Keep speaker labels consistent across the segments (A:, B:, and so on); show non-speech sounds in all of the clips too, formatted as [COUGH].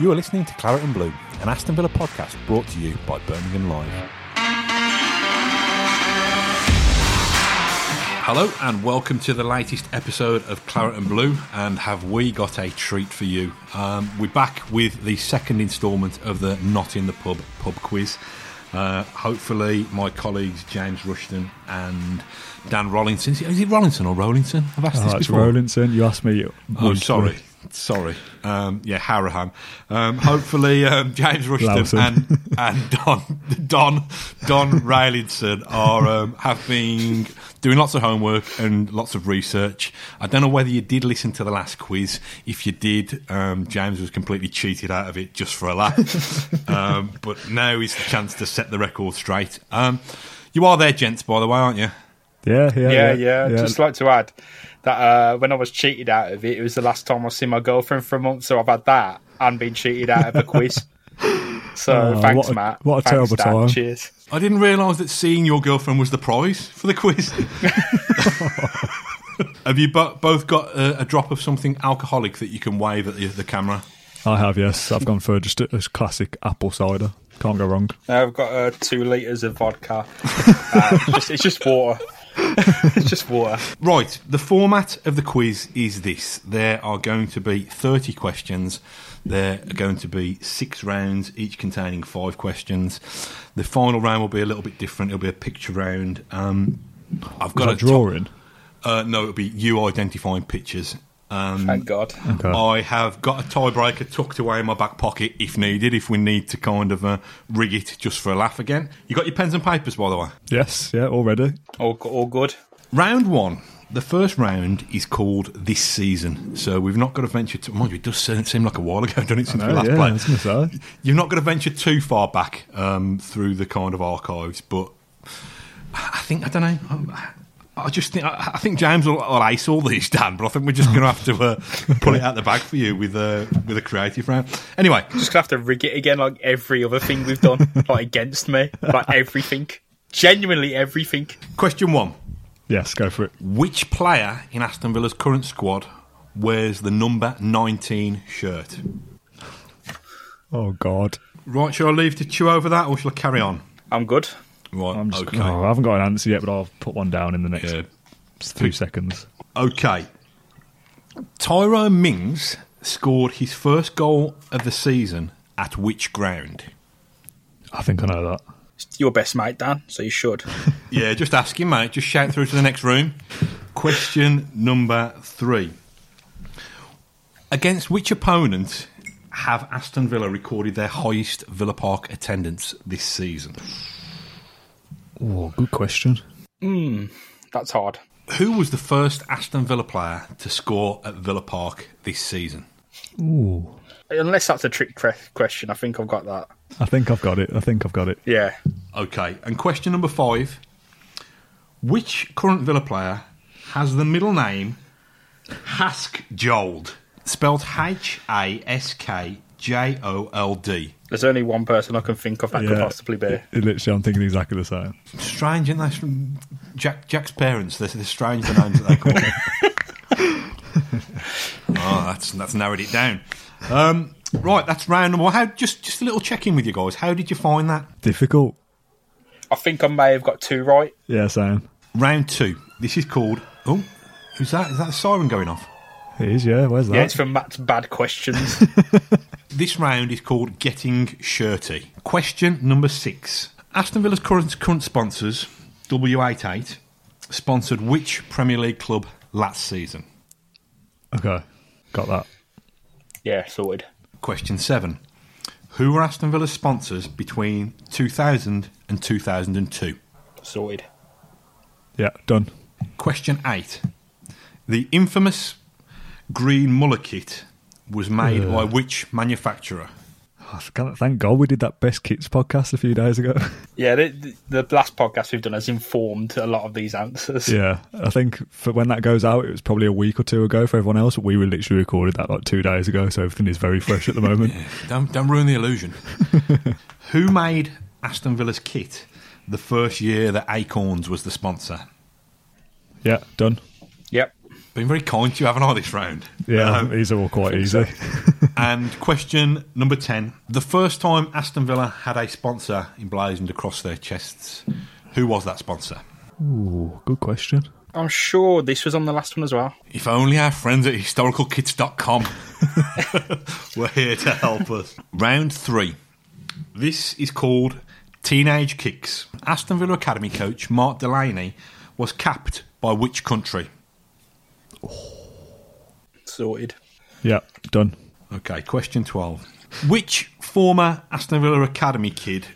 A: You are listening to Claret and Blue, an Aston Villa podcast brought to you by Birmingham Live. Hello, and welcome to the latest episode of Claret and Blue. And have we got a treat for you? Um, we're back with the second instalment of the Not in the Pub pub quiz. Uh, hopefully, my colleagues James Rushton and Dan Rollinson. Is it Rollinson or Rollinson? I've asked
B: Oh,
A: this
B: that's
A: before.
B: Rowlinson. You asked me.
A: Oh, Uh, sorry. Sorry. Um, yeah, Harahan. Um, hopefully, um, [LAUGHS] James Rushton
B: Lawson.
A: and, and Don Don Don Raylinson are um, have been doing lots of homework and lots of research. I don't know whether you did listen to the last quiz. If you did, um, James was completely cheated out of it just for a [LAUGHS] laugh. um, but now is the chance to set the record straight. Um, you are there, gents, by the way, aren't you?
B: Yeah, yeah,
C: yeah,
B: yeah.
C: yeah. Just like to add that uh, when I was cheated out of it, it was the last time I seen my girlfriend for a month, so I've had that and been cheated out of
B: [LAUGHS]
C: a quiz. So
B: Oh,
C: thanks,
B: what a-
C: Matt.
B: what a
C: Thanks,
B: terrible
C: Dan.
B: time.
C: Cheers.
A: I didn't realise that seeing your girlfriend was the prize for the quiz. [LAUGHS] Have you bo- both got a, a drop of something alcoholic that you can wave at the, the camera?
B: I have. Yes, I've gone for just a, a classic apple cider. Can't go wrong.
C: Now I've got uh, two liters of
B: [LAUGHS]
C: vodka. Uh, it's, just, it's just water. it's just water.
A: Right, the format of the quiz is this there are going to be 30 questions. There are going to be six rounds, each containing five questions. The final round will be a little bit different. It'll be a picture round. Um, I've
B: Was
A: got
B: that
A: a
B: drawing?
A: Uh, no, it'll be you identifying pictures. Um,
C: Thank God.
B: Okay.
A: I have got a tiebreaker tucked away in my back pocket if needed, if we need to kind of uh, rig it just for a laugh again. You got your pens and papers, by the way.
B: Yes, yeah, already.
C: All, go- all good.
A: Round one. The first round is called This Season. So we've not got to venture to. Mind you, it does seem seem like a while ago, [LAUGHS] doesn't it, since we
B: Oh,
A: last
B: yeah, I
A: played?
B: was gonna say.
A: You've not got to venture too far back um, through the kind of archives, but I think I don't know. I, I just think I, I think James will, will ace all these, Dan. But I think we're just going to have to uh, pull it out the bag for you with a with a creative round. Anyway,
C: Just gonna have to rig it again, like every other thing
B: [LAUGHS]
C: we've done, like against me, like everything. Genuinely everything.
A: question one:
B: Yes, go for it.
A: Which player in Aston Villa's current squad wears the number nineteen shirt?
B: Oh God,
A: Right, shall I leave to chew over that, or shall I carry on?
C: I'm good.
A: Right,
B: I'm just.
A: okay.
B: oh, I haven't got an answer yet, but I'll put one down in the next
A: Yeah.
B: two seconds.
A: Okay. Tyrone Mings scored his first goal of the season at which ground?
B: I think I know that.
C: It's your best mate, Dan, so you should.
A: Yeah, just ask him, mate. Just shout through to the next room. Question number three. Against which opponent have Aston Villa recorded their highest Villa Park attendance this season?
B: Oh, good question.
C: That's hard.
A: Who was the first Aston Villa player to score at Villa Park this season?
B: Ooh,
C: Unless that's a trick cre- question, I think I've got that.
B: I think I've got it. I think I've got it.
C: Yeah.
A: Okay, and question number five. Which current Villa player has the middle name Hask Jold? Spelled H A S K J O L D.
C: There's only one person I can think of that could
B: Yeah.
C: possibly be.
B: It- literally, I'm thinking exactly the same.
A: Strange, isn't that? From Jack, Jack's parents, they're, they're strange the names that they call them. [LAUGHS] oh, that's, that's narrowed it down. Um, right, that's round number one. How, just, just a little check in with you guys. How did you find that?
B: Difficult.
C: I think I may have got two right.
B: Yeah, same.
A: Round two. This is called. Oh, who's that? Is that a siren going off?
B: It is. Yeah, where's that?
C: Yeah, it's from Matt's bad
B: [LAUGHS]
C: questions.
A: This round is called Getting Shirty. Question number six. Aston Villa's current, current sponsors, W88, sponsored which Premier League club last season?
B: okay, got that.
C: yeah, sorted.
A: Question seven. Who were Aston Villa's sponsors between 2000 and 2002?
C: Sorted.
B: Yeah, done.
A: Question eight. The infamous green muller kit was made
B: Ugh.
A: by which manufacturer?
B: Oh, th- Thank God we did that best kits podcast a few days ago. [LAUGHS]
C: Yeah, the, the last podcast we've done has informed a lot of these answers.
B: yeah, I think for when that goes out, it was probably a week or two ago for everyone else. We were literally recorded that like two days ago, so everything is very fresh at the [LAUGHS] moment.
A: Don't, don't ruin the illusion. Who made Aston Villa's kit the first year that Acorns was the sponsor?
B: yeah, done.
C: Yep.
A: Been very kind to you, haven't I, this round?
B: Yeah, [LAUGHS]
A: Um,
B: these are all quite easy.
A: And question number 10. The first time Aston Villa had a sponsor emblazoned across their chests, who was that sponsor?
B: Ooh, good question.
C: I'm sure this was on the last one as well.
A: If only our friends at historicalkits.com [LAUGHS] were here to help us. Round three. This is called Teenage Kicks. Aston Villa Academy coach Mark Delaney was capped by which country?
C: Sorted.
B: Yeah, done.
A: Okay, question 12. Which former Aston Villa Academy kid,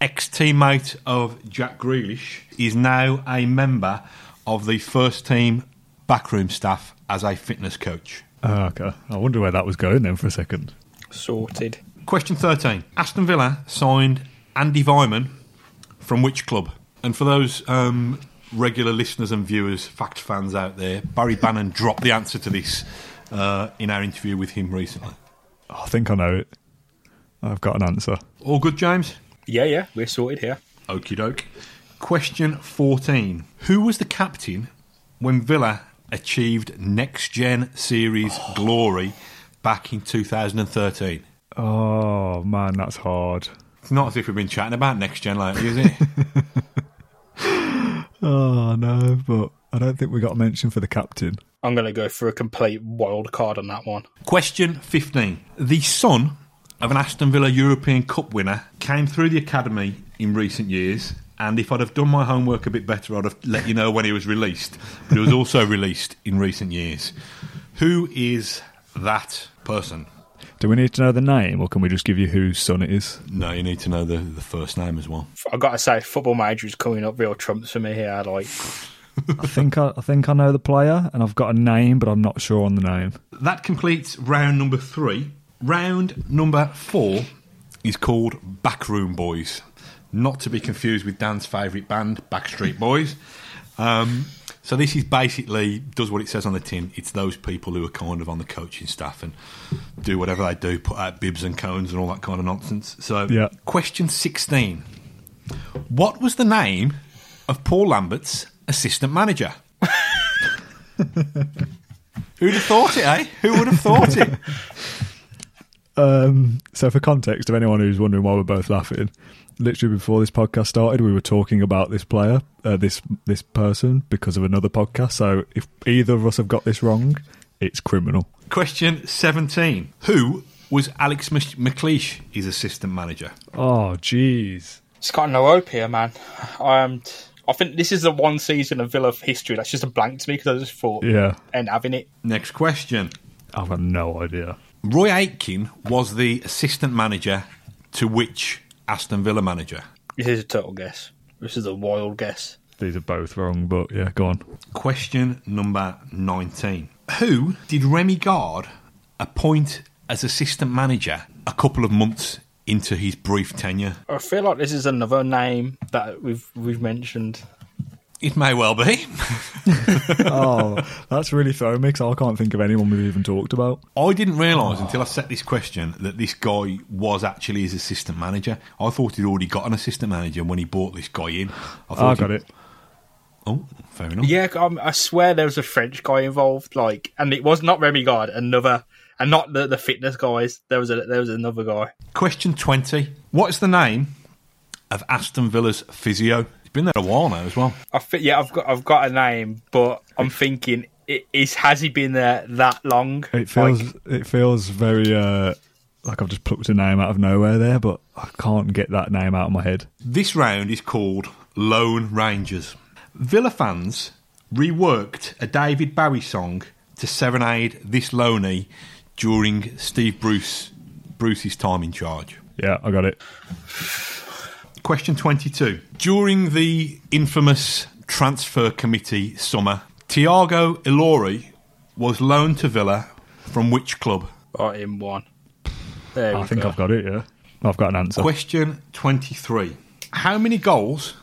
A: ex teammate of Jack Grealish, is now a member of the first team backroom staff as a fitness coach?
B: Ah, okay. I wonder where that was going then for a second.
C: Sorted.
A: Question 13. Aston Villa signed Andy Vyman from which club? And for those um, regular listeners and viewers, fact fans out there, Barry Bannon [LAUGHS] dropped the answer to this uh, in our interview with him recently.
B: Oh, I think I know it. I've got an answer.
A: All good, James?
C: Yeah, yeah, we're sorted here.
A: Okie doke. Question 14. Who was the captain when Villa achieved next gen series glory back in 2013?
B: Oh man, that's hard.
A: It's not as if we've been chatting about next gen lately, [LAUGHS] is it?
B: Oh no, but I don't think we got a mention for the captain.
C: I'm going to go for a complete wild card on that one.
A: Question 15. The son of an Aston Villa European Cup winner came through the academy in recent years. And if I'd have done my homework a bit better, I'd have let you know when he was released. But he was also [LAUGHS] released in recent years. Who is that person?
B: Do we need to know the name, or can we just give you whose son it is?
A: No, you need to know the, the first name as well.
C: I got to say, football major is coming up real trumps for me here. Like,
B: I think I, I think I know the player, and I've got a name, but I'm not sure on the name.
A: That completes round number three. Round number four is called Backroom Boys, not to be confused with Dan's favourite band, Backstreet Boys. Um, so this is basically does what it says on the tin. It's those people who are kind of on the coaching staff and do whatever they do, put out bibs and cones and all that kind of nonsense. So,
B: Yeah.
A: question sixteen: What was the name of Paul Lambert's assistant manager? Who'd have thought it, eh? Who would have thought it?
B: Um, so, for context, of anyone who's wondering why we're both laughing, literally before this podcast started, we were talking about this player, uh, this this person, because of another podcast. So, if either of us have got this wrong, it's criminal.
A: Question 17. Who was Alex Mc- McLeish, his assistant manager?
B: Oh, jeez.
C: it's got no hope here, man. I am. T- I think this is the one season of Villa history that's just a blank to me because I just thought,
B: Yeah,
C: and having it.
A: Next question.
B: I've got no idea.
A: Roy Aitken was the assistant manager to which Aston Villa manager?
C: This is a total guess. This is a wild guess.
B: These are both wrong, but yeah, go on.
A: Question number 19. Who did Remy Gard appoint as assistant manager a couple of months into his brief tenure?
C: I feel like this is another name that we've we've mentioned.
A: It may well be.
B: [LAUGHS] oh, that's really thrown me 'cause I can't think of anyone we've even talked about.
A: I didn't realise until I set this question that this guy was actually his assistant manager. I thought he'd already got an assistant manager when he bought this guy in. I thought
B: I
A: he-
B: Ah, got it.
A: Oh, fair enough.
C: Yeah, um, I swear there was a French guy involved, like, and it was not Remy Gard, another, and not the, the fitness guys. There was a there was another guy.
A: Question 20. What is the name of Aston Villa's physio? He's been there a while now as well.
C: I fi- yeah, I've got I've got a name, but I'm thinking, i- is has he been there that long?
B: It feels
C: Like,
B: it feels very uh, like I've just plucked a name out of nowhere there, but I can't get that name out of my head.
A: This round is called Lone Rangers. Villa fans reworked a David Bowie song to serenade this loney during Steve Bruce Bruce's time in charge.
B: Yeah, I got it.
A: Question 22. During the infamous transfer committee summer, Tiago Ilori was loaned to Villa from which club?
C: right oh, in one. There we
B: I think
C: go.
B: I've got it. Yeah, I've got an answer.
A: Question 23. How many goals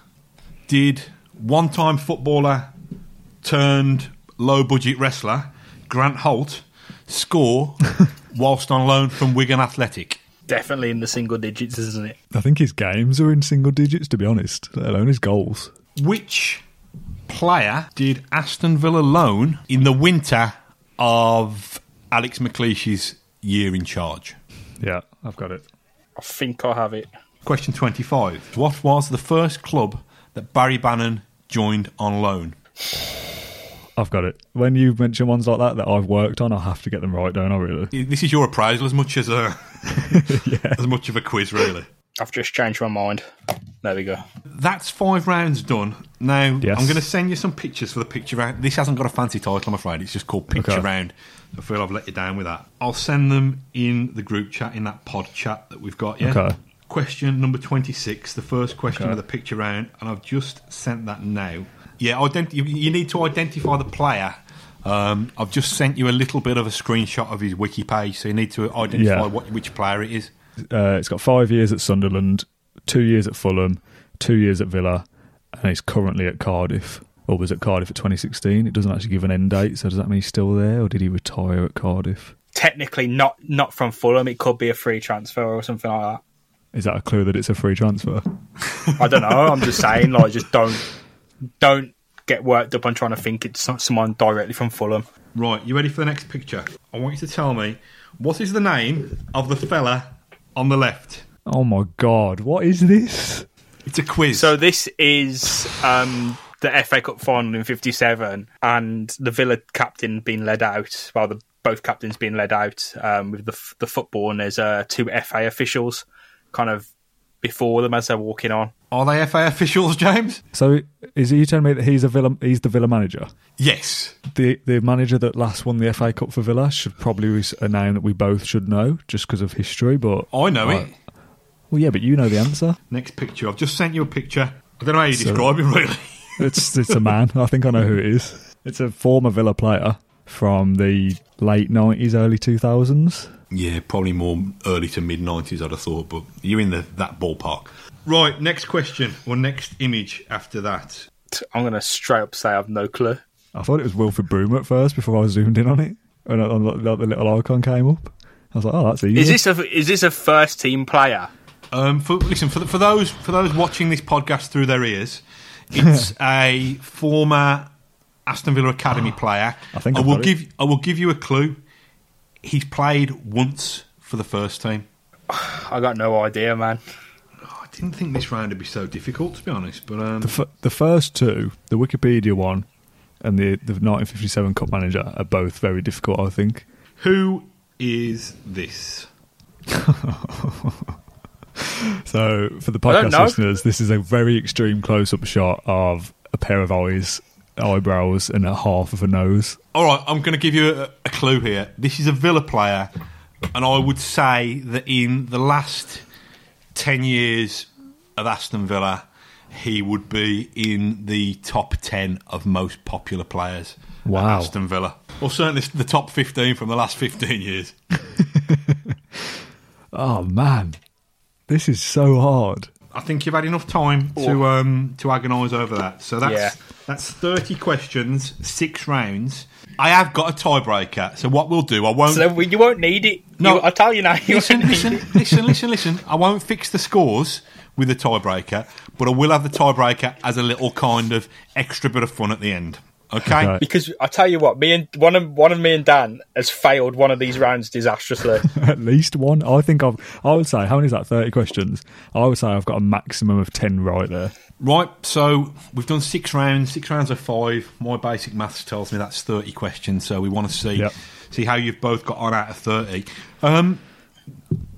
A: did one time footballer turned low budget wrestler Grant Holt score whilst on loan from Wigan Athletic?
C: Definitely in the single digits, isn't it?
B: I think his games are in single digits, to be honest. Let alone his goals.
A: Which player did Aston Villa loan in the winter of Alex McLeish's year in charge.
B: Yeah, I've got it.
C: I think I have it.
A: Question 25. What was the first club that Barry Bannon joined on loan?
B: I've got it. When you mention ones like that that I've worked on, I have to get them right, don't I? Really? [LAUGHS]
A: This is your appraisal as much as a [LAUGHS] as much of a quiz, really.
C: I've just changed my mind. There we go.
A: That's five rounds done. Now
B: Yes.
A: I'm going to send you some pictures for the picture round. This hasn't got a fancy title, I'm afraid. It's just called picture
B: Okay.
A: round. I feel I've let you down with that. I'll send them in the group chat in that pod chat that we've got. Yeah.
B: Okay.
A: Question number twenty-six, the first question
B: Okay.
A: of the picture round, and I've just sent that now. Yeah, ident- you- you need to identify the player. Um, I've just sent you a little bit of a screenshot of his wiki page, so you need to identify
B: Yeah.
A: what, which player it is.
B: Uh, it's got five years at Sunderland, two years at Fulham, two years at Villa, and he's currently at Cardiff. Or was at Cardiff at 2016. It doesn't actually give an end date, so does that mean he's still there, or did he retire at Cardiff?
C: Technically, not not from Fulham. It could be a free transfer or something like
B: Is that a clue that it's a free transfer?
C: that. I don't know. I'm just saying, like, just don't don't get worked up on trying to think it's some- someone directly from Fulham.
A: Right, you ready for the next picture? I want you to tell me what is the name of the fella on the left?
B: Oh my god, what is this?
A: It's a quiz.
C: So this is um, the FA Cup final in '57, and the Villa captain being led out. Well, the both captains being led out um, with the f- the football, and there's uh, two FA officials kind of before them as they're walking on.
A: Are they FA officials, James?
B: So is he telling me that he's a Villa? He's the Villa manager.
A: Yes.
B: The the manager that last won the FA Cup for Villa should probably be a name that we both should know just because of history. But
A: I know it.
B: Right. well, yeah, but you know the answer.
A: Next picture. I've just sent you a picture. I don't know how you
B: So-
A: describe him, really. [LAUGHS]
B: It's it's a man. I think I know who it is. It's a former Villa player from the late nineties, early two thousands.
A: Yeah, probably more early to mid 90s, I'd have thought, but you're in the, that ballpark. Right, next question or next image after that.
C: I'm gonna straight up say I've no clue.
B: I thought it was Wilfred Broom at first before I zoomed in on it and on the, the little icon came up. I was like, oh, that's easy.
C: Is this a is this a first team player?
A: Um, for, listen for, the, for those for those watching this podcast through their ears,
B: [LAUGHS]
A: it's a former Aston Villa academy player.
B: Ah, I think
A: I
B: I've
A: will
B: got it.
A: give I will give you a clue. He's played once for the first team.
C: I got no idea, man.
A: Oh, I didn't think this round would be so difficult, to be honest. But um,
B: The, f- the first two, the Wikipedia one and the, the 1957 Cup Manager, are both very difficult, I think.
A: who is this?
B: So, for the
C: I don't
B: podcast
C: know.
B: listeners, this is a very extreme close up shot of a pair of eyes, eyebrows, and a half of a nose.
A: All right, I'm going to give you a, a clue here. This is a Villa player, and I would say that in the last 10 years of Aston Villa, he would be in the top 10 of most popular players
B: Wow.
A: at Aston Villa. Or certainly the top 15 from the last 15 years.
B: Oh, man. This is so hard. [LAUGHS]
A: I think you've had enough time to um, to agonise over that. So that's
C: Yeah.
A: that's thirty questions, six rounds. I have got a tiebreaker. So what we'll do, I won't.
C: So then we, you won't need it.
A: No.
C: No, I tell you now. You
A: listen,
C: won't need
A: listen,
C: it.
A: listen, listen, listen. I won't fix the scores with the tiebreaker, but I will have the tiebreaker as a little kind of extra bit of fun at the end. Okay?
B: Okay.
C: Because I tell you what, me and one of one of me and Dan has failed one of these rounds disastrously.
B: At least one. I think I've, I would say, how many is that? 30 questions. I would say I've got a maximum of 10 right there.
A: Right, so we've done six rounds, six rounds of five. My basic maths tells me that's 30 questions, so we want to see
B: Yep.
A: see how you've both got on out of 30. Um,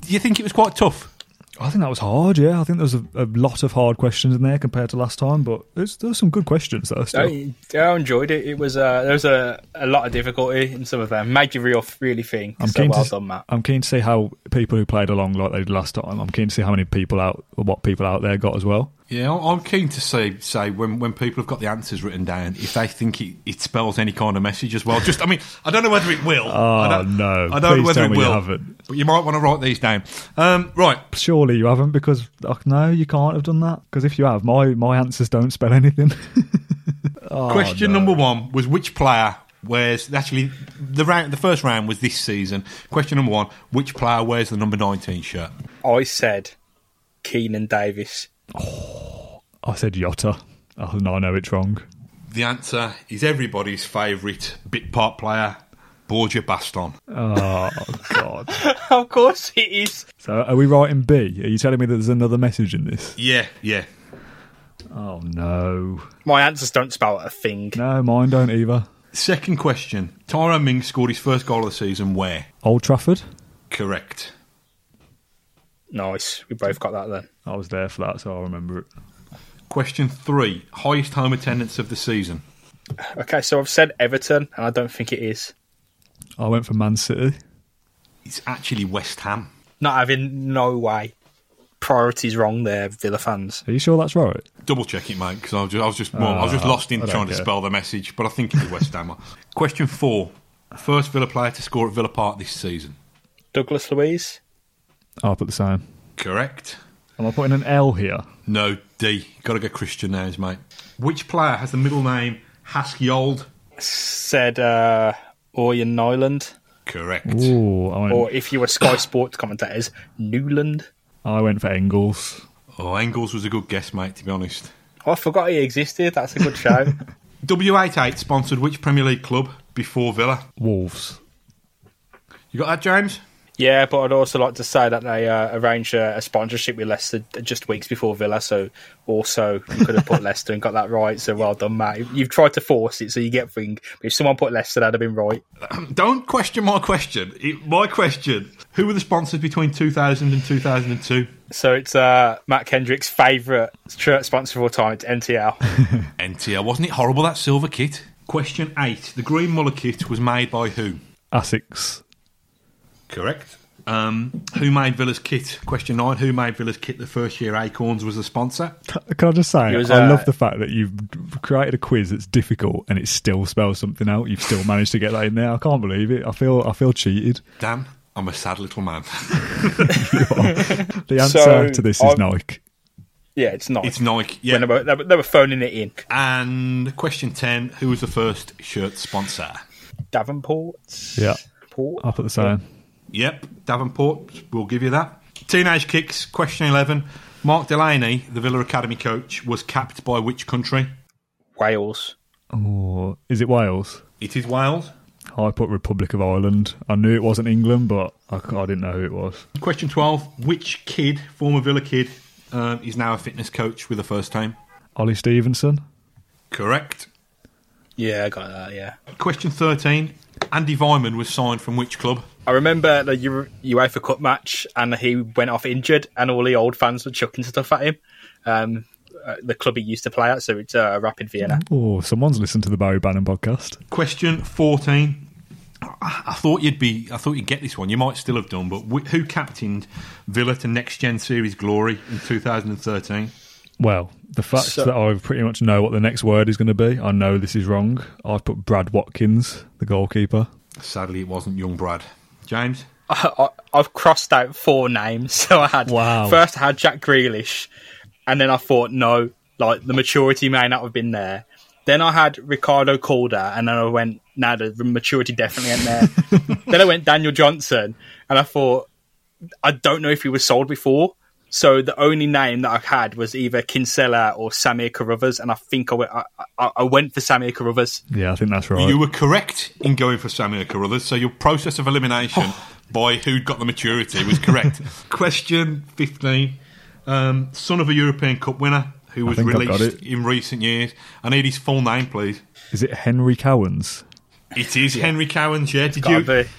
A: do you think it was quite tough?
B: I think that was hard, yeah. I think there was a, a lot of hard questions in there compared to last time, but there's, there's some good questions there still.
C: I, I enjoyed it. It was uh, there was a, a lot of difficulty in some of them. Made you real really think.
B: I'm
C: so
B: keen
C: well
B: to,
C: done, Matt.
B: I'm keen to see how people who played along like they did last time. I'm keen to see how many people out, what people out there got as well.
A: Yeah, I- I'm keen to say say when, when people have got the answers written down, if they think it, it spells any kind of message as well. Just, I mean, I don't know whether it will.
B: Oh,
A: I don't,
B: no.
A: I don't know
B: Please
A: whether
B: tell
A: it
B: me you
A: will.
B: haven't.
A: But you might want to write these down. Um, right,
B: Surely you haven't, because oh, no, you can't have done that. Because if you have, my my answers don't spell anything. [LAUGHS] Oh,
A: Question number one was which player wears actually the round the first round was this season. Question number one, which player wears the number nineteen shirt?
C: I said Keenan Davis. [LAUGHS]
B: I said Yotta. Oh, no, I know it's wrong.
A: The answer is everybody's favourite bit part player, Borgia Baston.
B: Oh God! [LAUGHS]
C: of course it is.
B: So are we writing B? Are you telling me that there's another message in this?
A: Yeah, yeah.
B: Oh no!
C: My answers don't spell a thing.
B: No, mine don't either.
A: Second question. Tyrone Ming scored his first goal of the season where?
B: Old Trafford.
A: Correct.
C: Nice. We both got that then.
B: I was there for that, so I remember it.
A: Question three. Highest home attendance of the season.
C: Okay, so I've said Everton, and I don't think it is.
B: I went for Man City.
A: It's actually West Ham.
C: Not having no way. Priorities wrong there, Villa fans.
B: Are you sure that's right?
A: Double check it, mate, because I was just, I was just, well, Uh, I was just lost in
B: I don't
A: trying to
B: care.
A: spell the message, but I think it's West Ham. [LAUGHS] Question four. First Villa player to score at Villa Park this season.
C: Douglas Louise.
B: Oh, I put the same.
A: Correct.
B: Am I putting an L here?
A: No, D. Got to get Christian names, mate. Which player has the middle name Haskiold?
C: Said uh, Orion Nyland.
A: Correct.
B: Ooh, I went,
C: Or if you were Sky [COUGHS] Sports commentators, Newland.
B: I went for Engels.
A: Oh, Engels was a good guess, mate, to be honest.
C: Oh, I forgot he existed. That's a good show.
B: [LAUGHS]
A: W88 sponsored which Premier League club before Villa?
B: Wolves.
A: You got that, James?
C: yeah, but I'd also like to say that they uh, arranged a, a sponsorship with Leicester just weeks before Villa, so also you could have [LAUGHS] put Leicester and got that right. So well done, Matt. You've tried to force it, so you get thing. But if someone put Leicester, that'd have been right.
A: Don't question my question. It, my question. Who were the sponsors between 2000 and 2002?
C: So it's uh, Matt Kendrick's favourite shirt sponsor of all time. It's [LAUGHS] NTL.
A: NTL. Wasn't it horrible, that silver kit? Question 8. The Green Muller kit was made by who?
B: Essex.
A: Correct. Um, who made Villa's kit? Question 9. Who made Villa's kit the first year Acorns was the sponsor?
B: Can I just say,
C: It was,
B: I
C: uh,
B: love the fact that you've created a quiz that's difficult and it still spells something out. You've still managed to get that in there. I can't believe it. I feel I feel cheated.
A: Dan, I'm a sad little man.
B: The answer
C: So,
B: to this is
C: I've-
B: Nike.
C: yeah, it's
A: [LAUGHS]
C: not.
A: it's Nike. Yeah.
C: When they, were, they were- they were phoning it in.
A: And question 10. Who was the first shirt sponsor?
C: Davenport.
B: Yeah,
C: Port.
B: I put the same.
A: Yep, Davenport, we'll give you that. Teenage Kicks, question 11. Mark Delaney, the Villa Academy coach, was capped by which country?
C: Wales.
B: Oh, is it Wales?
A: It is Wales.
B: I put Republic of Ireland. I knew it wasn't England, but I, c- I didn't know who it was.
A: Question 12. Which kid, former Villa kid, um, is now a fitness coach with a first time?
B: Ollie Stevenson.
A: Correct.
C: Yeah, I got that. Yeah.
A: Question 13. Andy Vyman was signed from which club?
C: I remember the Euro- UEFA Cup match, and he went off injured, and all the old fans were chucking stuff at him. Um, uh, the club he used to play at, so it's uh, Rapid Vienna.
B: Oh, someone's listened to the Barry Bannon podcast.
A: Question 14. I I thought you'd be. I thought you'd get this one. You might still have done, but wh- who captained Villa to Next Gen Series glory in 2013?
B: Well, the fact
C: So-
B: that I pretty much know what the next word is going to be, I know this is wrong. I've put Brad Watkins, the goalkeeper.
A: Sadly, it wasn't young Brad. James?
C: I, I, I've crossed out four names, [LAUGHS] so I had
B: Wow.
C: first I had Jack Grealish, and then I thought no, like the maturity may not have been there. Then I had Ricardo Calder, and then I went, nah, the maturity definitely ain't there. then I went Daniel Johnson, and I thought, I don't know if he was sold before. So the only name that I had was either Kinsella or Samir Carruthers, and I think I went, I, I, I went for Samir Carruthers.
B: Yeah, I think that's right.
A: You were correct in going for Samuel Carruthers, so your process of elimination by who got the maturity was correct. [LAUGHS] Question 15. Um, son of a European Cup winner who was
B: think I've got
A: released
B: it.
A: in recent years. I need his full name, please.
B: Is it Henry Cowans?
A: It is Henry Cowans, yeah. Did
C: Gotta
A: you,
C: be.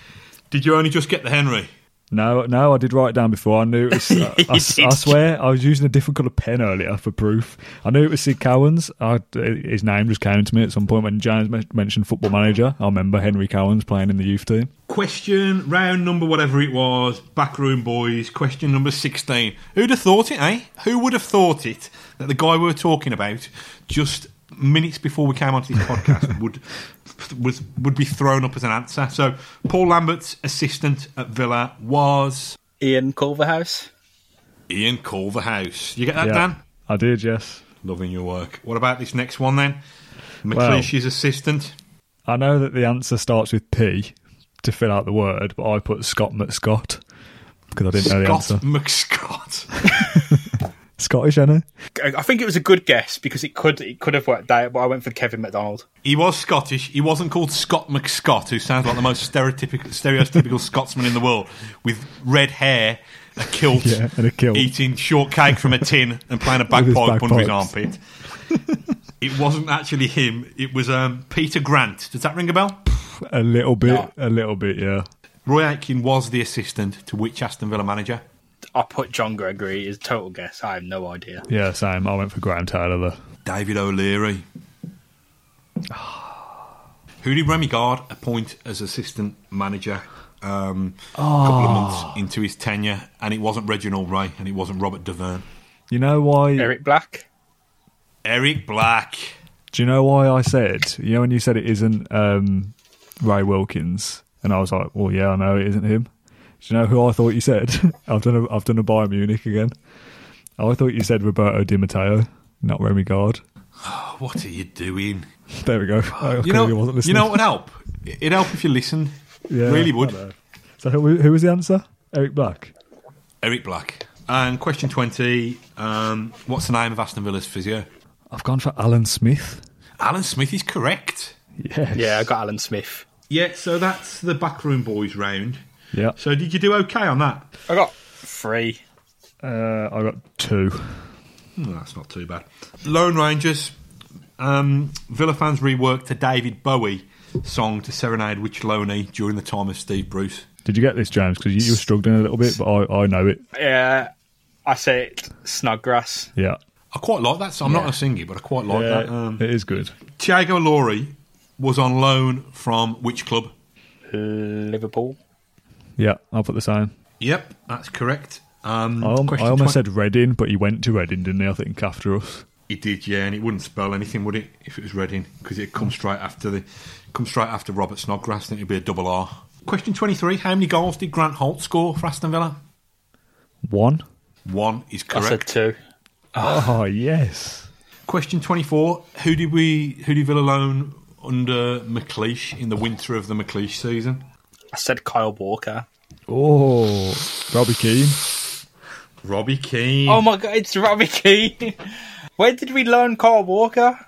A: did you only just get the Henry?
B: No, no, I did write it down before. I knew it was. I, I s- I swear, I was using a different colour pen earlier for proof. I knew it was Sid Cowans. I, his name just came to me at some point when James men- mentioned football manager. I remember Henry Cowans playing in the youth team.
A: Question round number, whatever it was, backroom boys. Question number 16. Who'd have thought it, eh? Who would have thought it that the guy we were talking about just minutes before we came onto this podcast [LAUGHS] would was would be thrown up as an answer? So, Paul Lambert's assistant at Villa was
C: Ian Culverhouse.
A: Ian Culverhouse. You get that,
B: Yeah,
A: Dan?
B: I did. Yes,
A: Loving your work. What about this next one then? McLeish's assistant.
B: I know that the answer starts with P to fill out the word, but I put Scott McScott because I didn't know the
A: Scott
B: answer.
A: McScott.
B: Scottish, ain't he?
C: I I think it was a good guess because it could it could have worked out, but I went for Kevin McDonald.
A: He was Scottish. He wasn't called Scott McScott, who sounds like the most stereotypical,
B: [LAUGHS]
A: stereotypical Scotsman in the world, with red hair, a kilt,
B: Yeah, and a kilt.
A: eating shortcake from a tin and
B: [LAUGHS]
A: playing a
B: his
A: bagpipe under his
B: bagpipes.
A: armpit. it wasn't actually him. It was um, Peter Grant. Does that ring a bell?
B: A little bit,
C: No.
B: a little bit, yeah.
A: Roy Aitken was the assistant to which Aston Villa manager?
C: I put John Gregory is total guess. I have no idea.
B: Yeah, same. I went for Graham Taylor there.
A: David O'Leary. Who did Remy Gard appoint as assistant manager um, a
B: Ah.
A: couple of months into his tenure? And it wasn't Reginald Ray and it wasn't Robert Deverne.
B: You know why?
C: Eric Black.
A: Eric Black.
B: Do you know why I said? You know when you said it isn't um, Ray Wilkins, and I was like, "Well, yeah, I know it isn't him." Do you know who I thought you said? [LAUGHS] I've done a, I've done a Bayern Munich again. I thought you said Roberto Di Matteo, not Remy Gard. [LAUGHS]
A: Oh, What are you doing?
B: There we go. I
A: You
B: clearly
A: know,
B: wasn't
A: you
B: listening.
A: know what would help? It'd help if you listen.
B: [LAUGHS] Yeah,
A: really
B: I know.
A: would.
B: So who, who was the answer? Eric Black.
A: Eric Black. And question 20 um, What's the name of Aston Villa's physio?
B: I've gone for Alan Smith.
A: Alan Smith is correct.
B: Yes.
C: Yeah, I got Alan Smith.
A: Yeah, so that's the backroom boys round.
B: Yeah.
A: So did you do okay on that?
C: I got three.
B: Uh, I got two.
A: Hmm, that's not too bad. Lone Rangers. Um, Villa fans reworked a David Bowie song to serenade Witch Loney during the time of Steve Bruce.
B: Did you get this, James? Because you, you were struggling a little bit, but I, I know it.
C: Yeah, I say it, Snodgrass.
B: Yeah.
A: I quite like that song. I'm not going to sing it, but I quite like
B: Yeah,
A: that. Um,
B: it is good.
A: Thiago Laurie was on loan from which club?
C: Liverpool.
B: Yeah, I'll put the same.
A: Yep, that's correct. Um,
B: I, al-
A: question
B: I
A: 20
B: almost said Reading, but he went to Reading, didn't he? I think after us.
A: He did, yeah, and it wouldn't spell anything, would it, if it was Reading? Because it'd come straight after the, come straight after Robert Snodgrass, then it'd be a double R. Question twenty-three: How many goals did Grant Holt score for Aston Villa?
B: One.
A: One is
C: I said
A: correct.
C: two.
A: Ah.
B: Oh yes.
A: Question twenty-four: Who did we, who did Villa loan under McLeish in the winter of the McLeish season?
C: I said Kyle Walker.
B: Oh, Robbie Keane.
A: Robbie Keane.
C: Oh my god, it's Robbie Keane. [LAUGHS] Where did we learn Kyle Walker?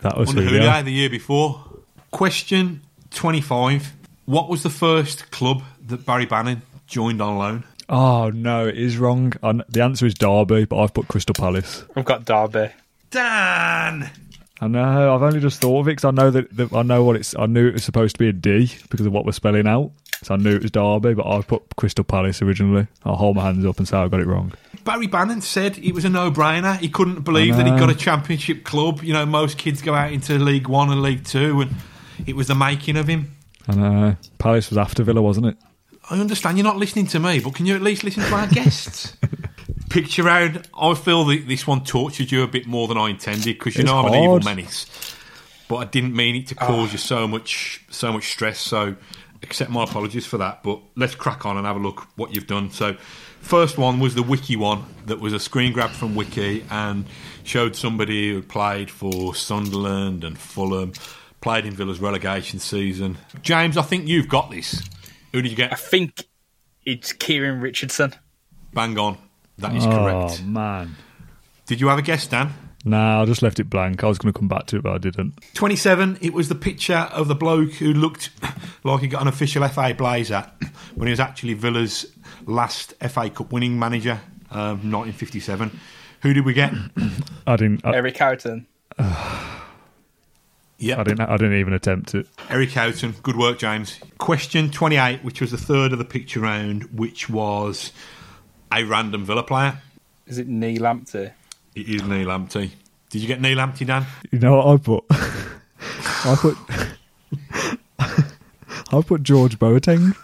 B: That was
A: under
B: Julio.
A: Hulio the year before. Question twenty-five: What was the first club that Barry Bannon joined on loan?
B: Oh no, it is wrong. I kn- the answer is Derby, but I've put Crystal Palace.
C: I've got Derby.
A: Dan.
B: I know. I've only just thought of it because I know that, that I know what it's. I knew it was supposed to be a D because of what we're spelling out. So I knew it was Derby, but I put Crystal Palace originally. I'll hold my hands up and say I got it wrong.
A: Barry Bannon said it was a no-brainer. He couldn't believe that he
B: know.
A: got a championship club. You know, most kids go out into League One and League Two, and it was the making of him.
B: I know. Palace was after Villa, wasn't it?
A: I understand you're not listening to me, but can you at least listen to our guests? [LAUGHS] Picture round. I feel that this one tortured you a bit more than I intended because you
B: It's
A: know I'm an evil
B: hard.
A: menace, but I didn't mean it to cause you so much so much stress. So, accept my apologies for that. But let's crack on and have a look what you've done. So, first one was the wiki one that was a screen grab from wiki and showed somebody who played for Sunderland and Fulham, played in Villa's relegation season. James, I think you've got this. Who did you get?
C: I think it's Kieran Richardson.
A: Bang on. That is correct.
B: Oh man.
A: Did you have a guess, Dan?
B: Nah, I just left it blank. I was going to come back to it, but I didn't.
A: 27, it was the picture of the bloke who looked [COUGHS] like he got an official FA blazer [COUGHS] when he was actually Villa's last FA Cup winning manager, um, 1957. Who did we get?
B: I didn't. I,
C: Eric Houghton.
A: Yeah,
B: I didn't. I didn't even attempt it.
A: Eric Houghton. Good work, James. Question 28, which was the third of the picture round, which was a random Villa player.
C: Is it Neil Lamptey?
A: It is Neil Lamptey. Did you get Neil Lamptey, Dan?
B: You know what I put? [LAUGHS] I put. [LAUGHS] I put George Boateng.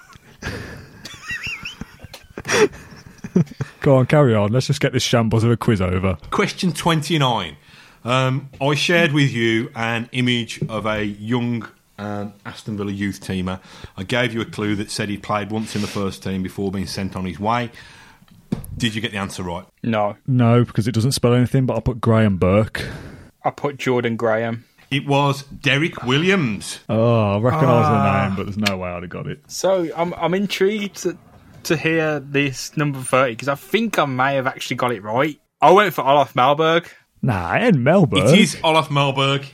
B: Go on, carry on. Let's just get this shambles of a quiz over.
A: Question 29. Um, I shared with you an image of a young um, Aston Villa youth teamer. I gave you a clue that said he played once in the first team before being sent on his way. Did you get the answer right?
C: No.
B: No, because it doesn't spell anything. But I put Graham Burke.
C: I put Jordan Graham.
A: It was Derek Williams.
B: Oh, I recognise the name, but there's no way I'd have got it.
C: So I'm I'm intrigued to, to hear this number thirty because I think I may have actually got it right. I went for Olaf Malberg.
B: Nah, it ain't Melbourne.
A: It is Olaf Malberg.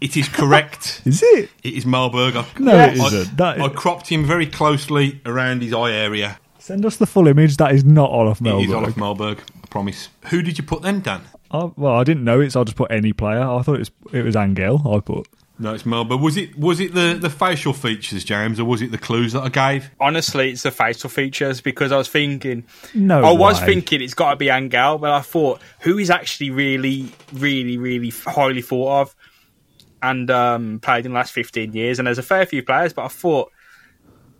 A: It is
B: [LAUGHS]
A: correct.
B: Is it?
A: it is Malberg. I,
B: No, it
A: I-
B: isn't. That is-
A: I cropped him very closely around his eye area.
B: Send us the full image. That is not Olaf
A: It is Olaf
B: Melbourne.
A: Malberg. I promise. Who did you put then, Dan?
B: Oh, well, I didn't know it, so I just put any player. I thought it was, it was Angel. I put.
A: No, it's Malberg. Was it was it the, the facial features, James, or was it the clues that I gave?
C: Honestly, it's the facial features because I was thinking,
B: No
C: I was
B: way.
C: thinking it's got to be Angel, but I thought who is actually really, really, really highly thought of and um, played in the last fifteen years, and there's a fair few players, but I thought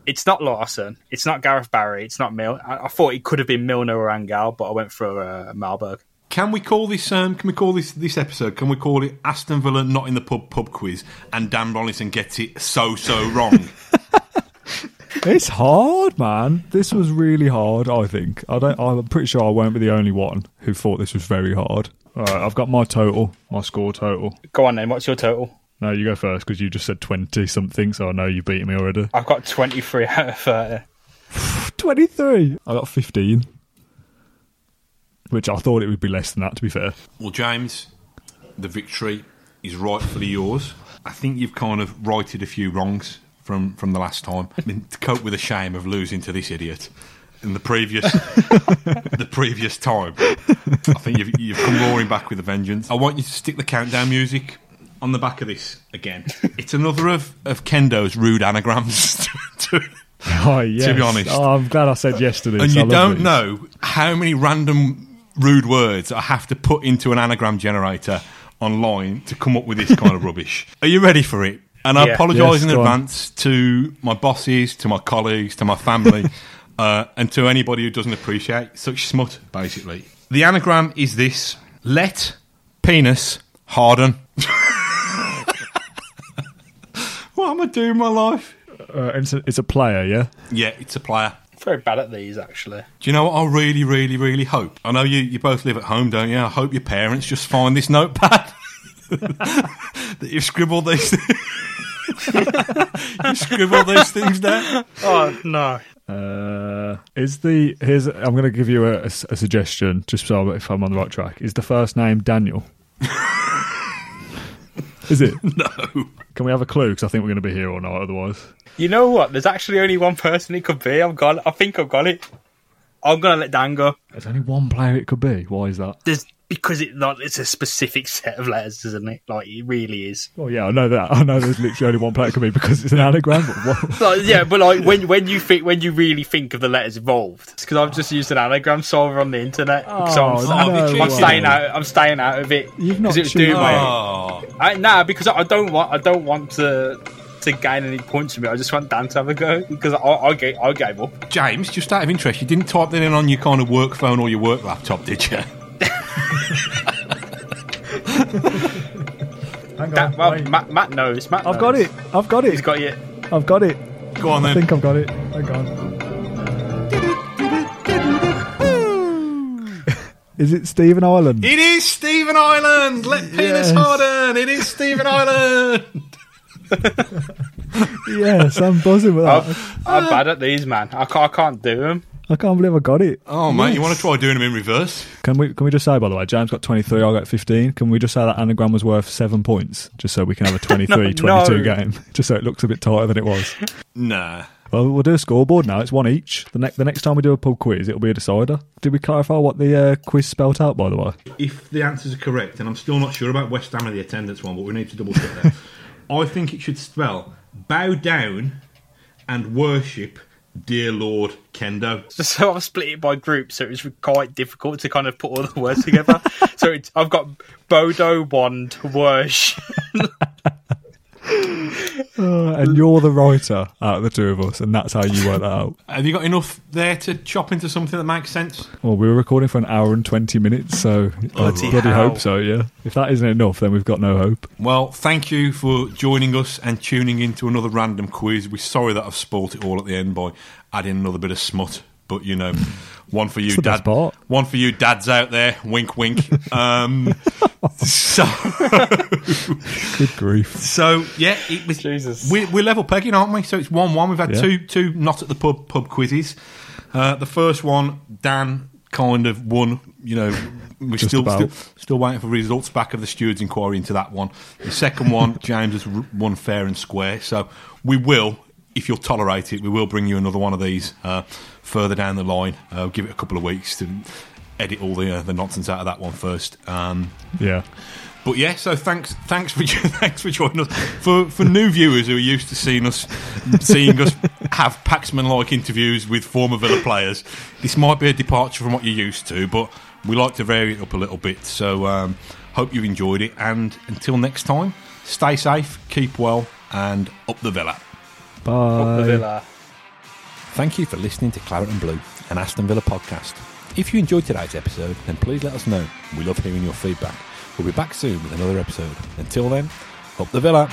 C: it's not Larson, it's not Gareth Barry, it's not Mil. I, I thought it could have been Milner or Angel, but I went for uh, Malberg.
A: Can we call this? Um, can we call this this episode? Can we call it Aston Villa not in the pub pub quiz? And Dan Rollinson gets it so so wrong.
B: It's hard, man. This was really hard. I think. I don't. I'm pretty sure I won't be the only one who thought this was very hard. All right, I've got my total, my score total.
C: Go on then, what's your total?
B: No, you go first because you just said twenty something, so I know you beat me already.
C: I've got twenty three [LAUGHS] out of thirty.
B: Twenty three. I got fifteen, which I thought it would be less than that. To be fair, [LAUGHS]
A: well, James, the victory is rightfully yours. I think you've kind of righted a few wrongs from from the last time. I mean, to cope with the shame of losing to this idiot in the previous [LAUGHS] the previous time, I think you've, you've come roaring back with a vengeance. I want you to stick the countdown music. On the back of this again, it's another of, of Kendo's rude anagrams. [LAUGHS] to, to-
B: oh, yes.
A: be honest.
B: Oh, I'm glad I said yes to this.
A: and
B: I
A: you
B: love
A: don't
B: these.
A: know how many random rude words I have to put into an anagram generator online to come up with this kind
B: [LAUGHS]
A: of rubbish. Are you ready for it? And I
C: Yeah.
A: apologise
B: Yes,
A: in
B: go on.
A: advance to my bosses, to my colleagues, to my
B: [LAUGHS]
A: family, uh, and to anybody who doesn't appreciate such smut, basically. The anagram is this let penis
B: [LAUGHS]
A: harden. [LAUGHS] what am I doing with my life?
B: Uh, it's, a, it's a player, yeah.
A: Yeah, it's a player.
C: Very bad at these actually.
A: Do you know what I really, really, really hope? I know you, you both live at home, don't you? I hope your parents just find this notepad [LAUGHS] that you've scribbled these [LAUGHS] you scribbled these things down.
C: Oh no.
B: Uh, is the here's I'm going to give you a, a s- a suggestion just so if I'm on the right track. Is the first name [LAUGHS] Daniel? is it? No. Can we have a clue? Because I think we're going to be here all night otherwise.
C: You know what? There's actually only one person it could be. I've got. I think I've got it. I'm gonna let Dan go.
B: There's only one player it could be. Why is that?
C: There's because it like it's a specific set of letters, isn't it? Like it really is.
B: Well, yeah, I know that. [LAUGHS] I know there's literally only one player it could be because it's an [LAUGHS] anagram. But what?
C: Like, yeah, but like when when you think when you really think of the letters involved, because I've just used an anagram solver on the internet. so I'm,
B: Oh,
A: no
C: I'm,
A: way.
C: I'm staying out. I'm staying out of it.
B: You've not
C: 'cause it was
B: chosen-
C: doing my.
A: Oh,
C: I, nah, because I don't want. I don't want to to gain any points from it. I just want Dan to have a go because I I gave, I gave up.
A: James, just out of interest, you didn't type that in on your kind of work phone or your work laptop, did you? [LAUGHS]
B: Hang
C: Dan,
B: on,
C: well,
B: wait.
C: Matt, Matt knows. Matt,
B: I've got
C: knows.
B: it. I've got
C: He's
B: it.
C: got it.
B: I've got it.
A: Go on
B: I
A: then.
B: think I've got it. Hang on. Is it Stephen [LAUGHS] Ireland?
A: It is Stephen Island. Let penis
B: Yes.
A: harden. It is Stephen Island.
B: yes, I'm buzzing with that.
C: I'm bad at these, man. I can't, I can't do them.
B: I can't believe I got it.
A: Oh mate, you want to try doing them in reverse?
B: Can we can we just say by the way, James got twenty three, I got fifteen. Can we just say that anagram was worth seven points, just so we
C: [LAUGHS]
B: can have a 23-22
C: no.
B: game, [LAUGHS] just so it looks a bit tighter than it
C: [LAUGHS]
B: was.
A: Nah.
B: Well, we'll do a scoreboard now. It's one each. The next the next time we do a pub quiz, it'll be a decider. Did we clarify what the uh, quiz spelt out by the way?
A: if the answers are correct, and I'm still not sure about West Ham and the attendance one, but we need to double check that. [LAUGHS] I think it should spell bow down and worship dear Lord Kendo.
C: So I've split it by groups, so it was quite difficult to kind of put all the words [LAUGHS] together. so it's, I've got Bodo, Wand, Worsh.
B: Uh, and you're the writer out of the two of us, and that's how you work that out.
A: Have you got enough there to chop into something that makes sense?
B: Well, we were recording for an hour and twenty minutes, so I
C: Bloody
B: bloody
C: hell.
B: hope so. Yeah, if that isn't enough, then we've got no hope.
A: Well, thank you for joining us and tuning into another random quiz. We're sorry that I've spoilt it all at the end by adding another bit of smut, but you know, one for you,
B: the best
A: dad.
B: part.
A: One for you, dads out there. Wink, wink. Um, so.
B: Good grief.
A: So yeah, it was.
C: Jesus.
A: We're, we're level pegging, aren't we? So it's one one. We've had
B: Yeah.
A: two two not at the pub pub quizzes. Uh, the first one, Dan kind of won. You know, We're
B: Just
A: still,
B: about.
A: still still waiting for results back of the stewards' inquiry into that one. The second
B: [LAUGHS]
A: one, James has r- won fair and square. So we will, if you'll tolerate it, we will bring you another one of these uh, further down the line. Uh, give it a couple of weeks to edit all the uh, the nonsense out of that one first. Um,
B: Yeah.
A: but yeah, so thanks, thanks for [LAUGHS] thanks for joining us. For for new viewers who are used to seeing us seeing us have Paxman like interviews with former Villa players, this might be a departure from what you're used to, but we like to vary it up a little bit. So um, hope you enjoyed it, and until next time, stay safe, keep well, and up the Villa.
C: Up the villa.
A: Thank you for listening to Claret and Blue, an Aston Villa podcast. If you enjoyed today's episode, then please let us know. We love hearing your feedback. We'll be back soon with another episode. Until then, up the Villa.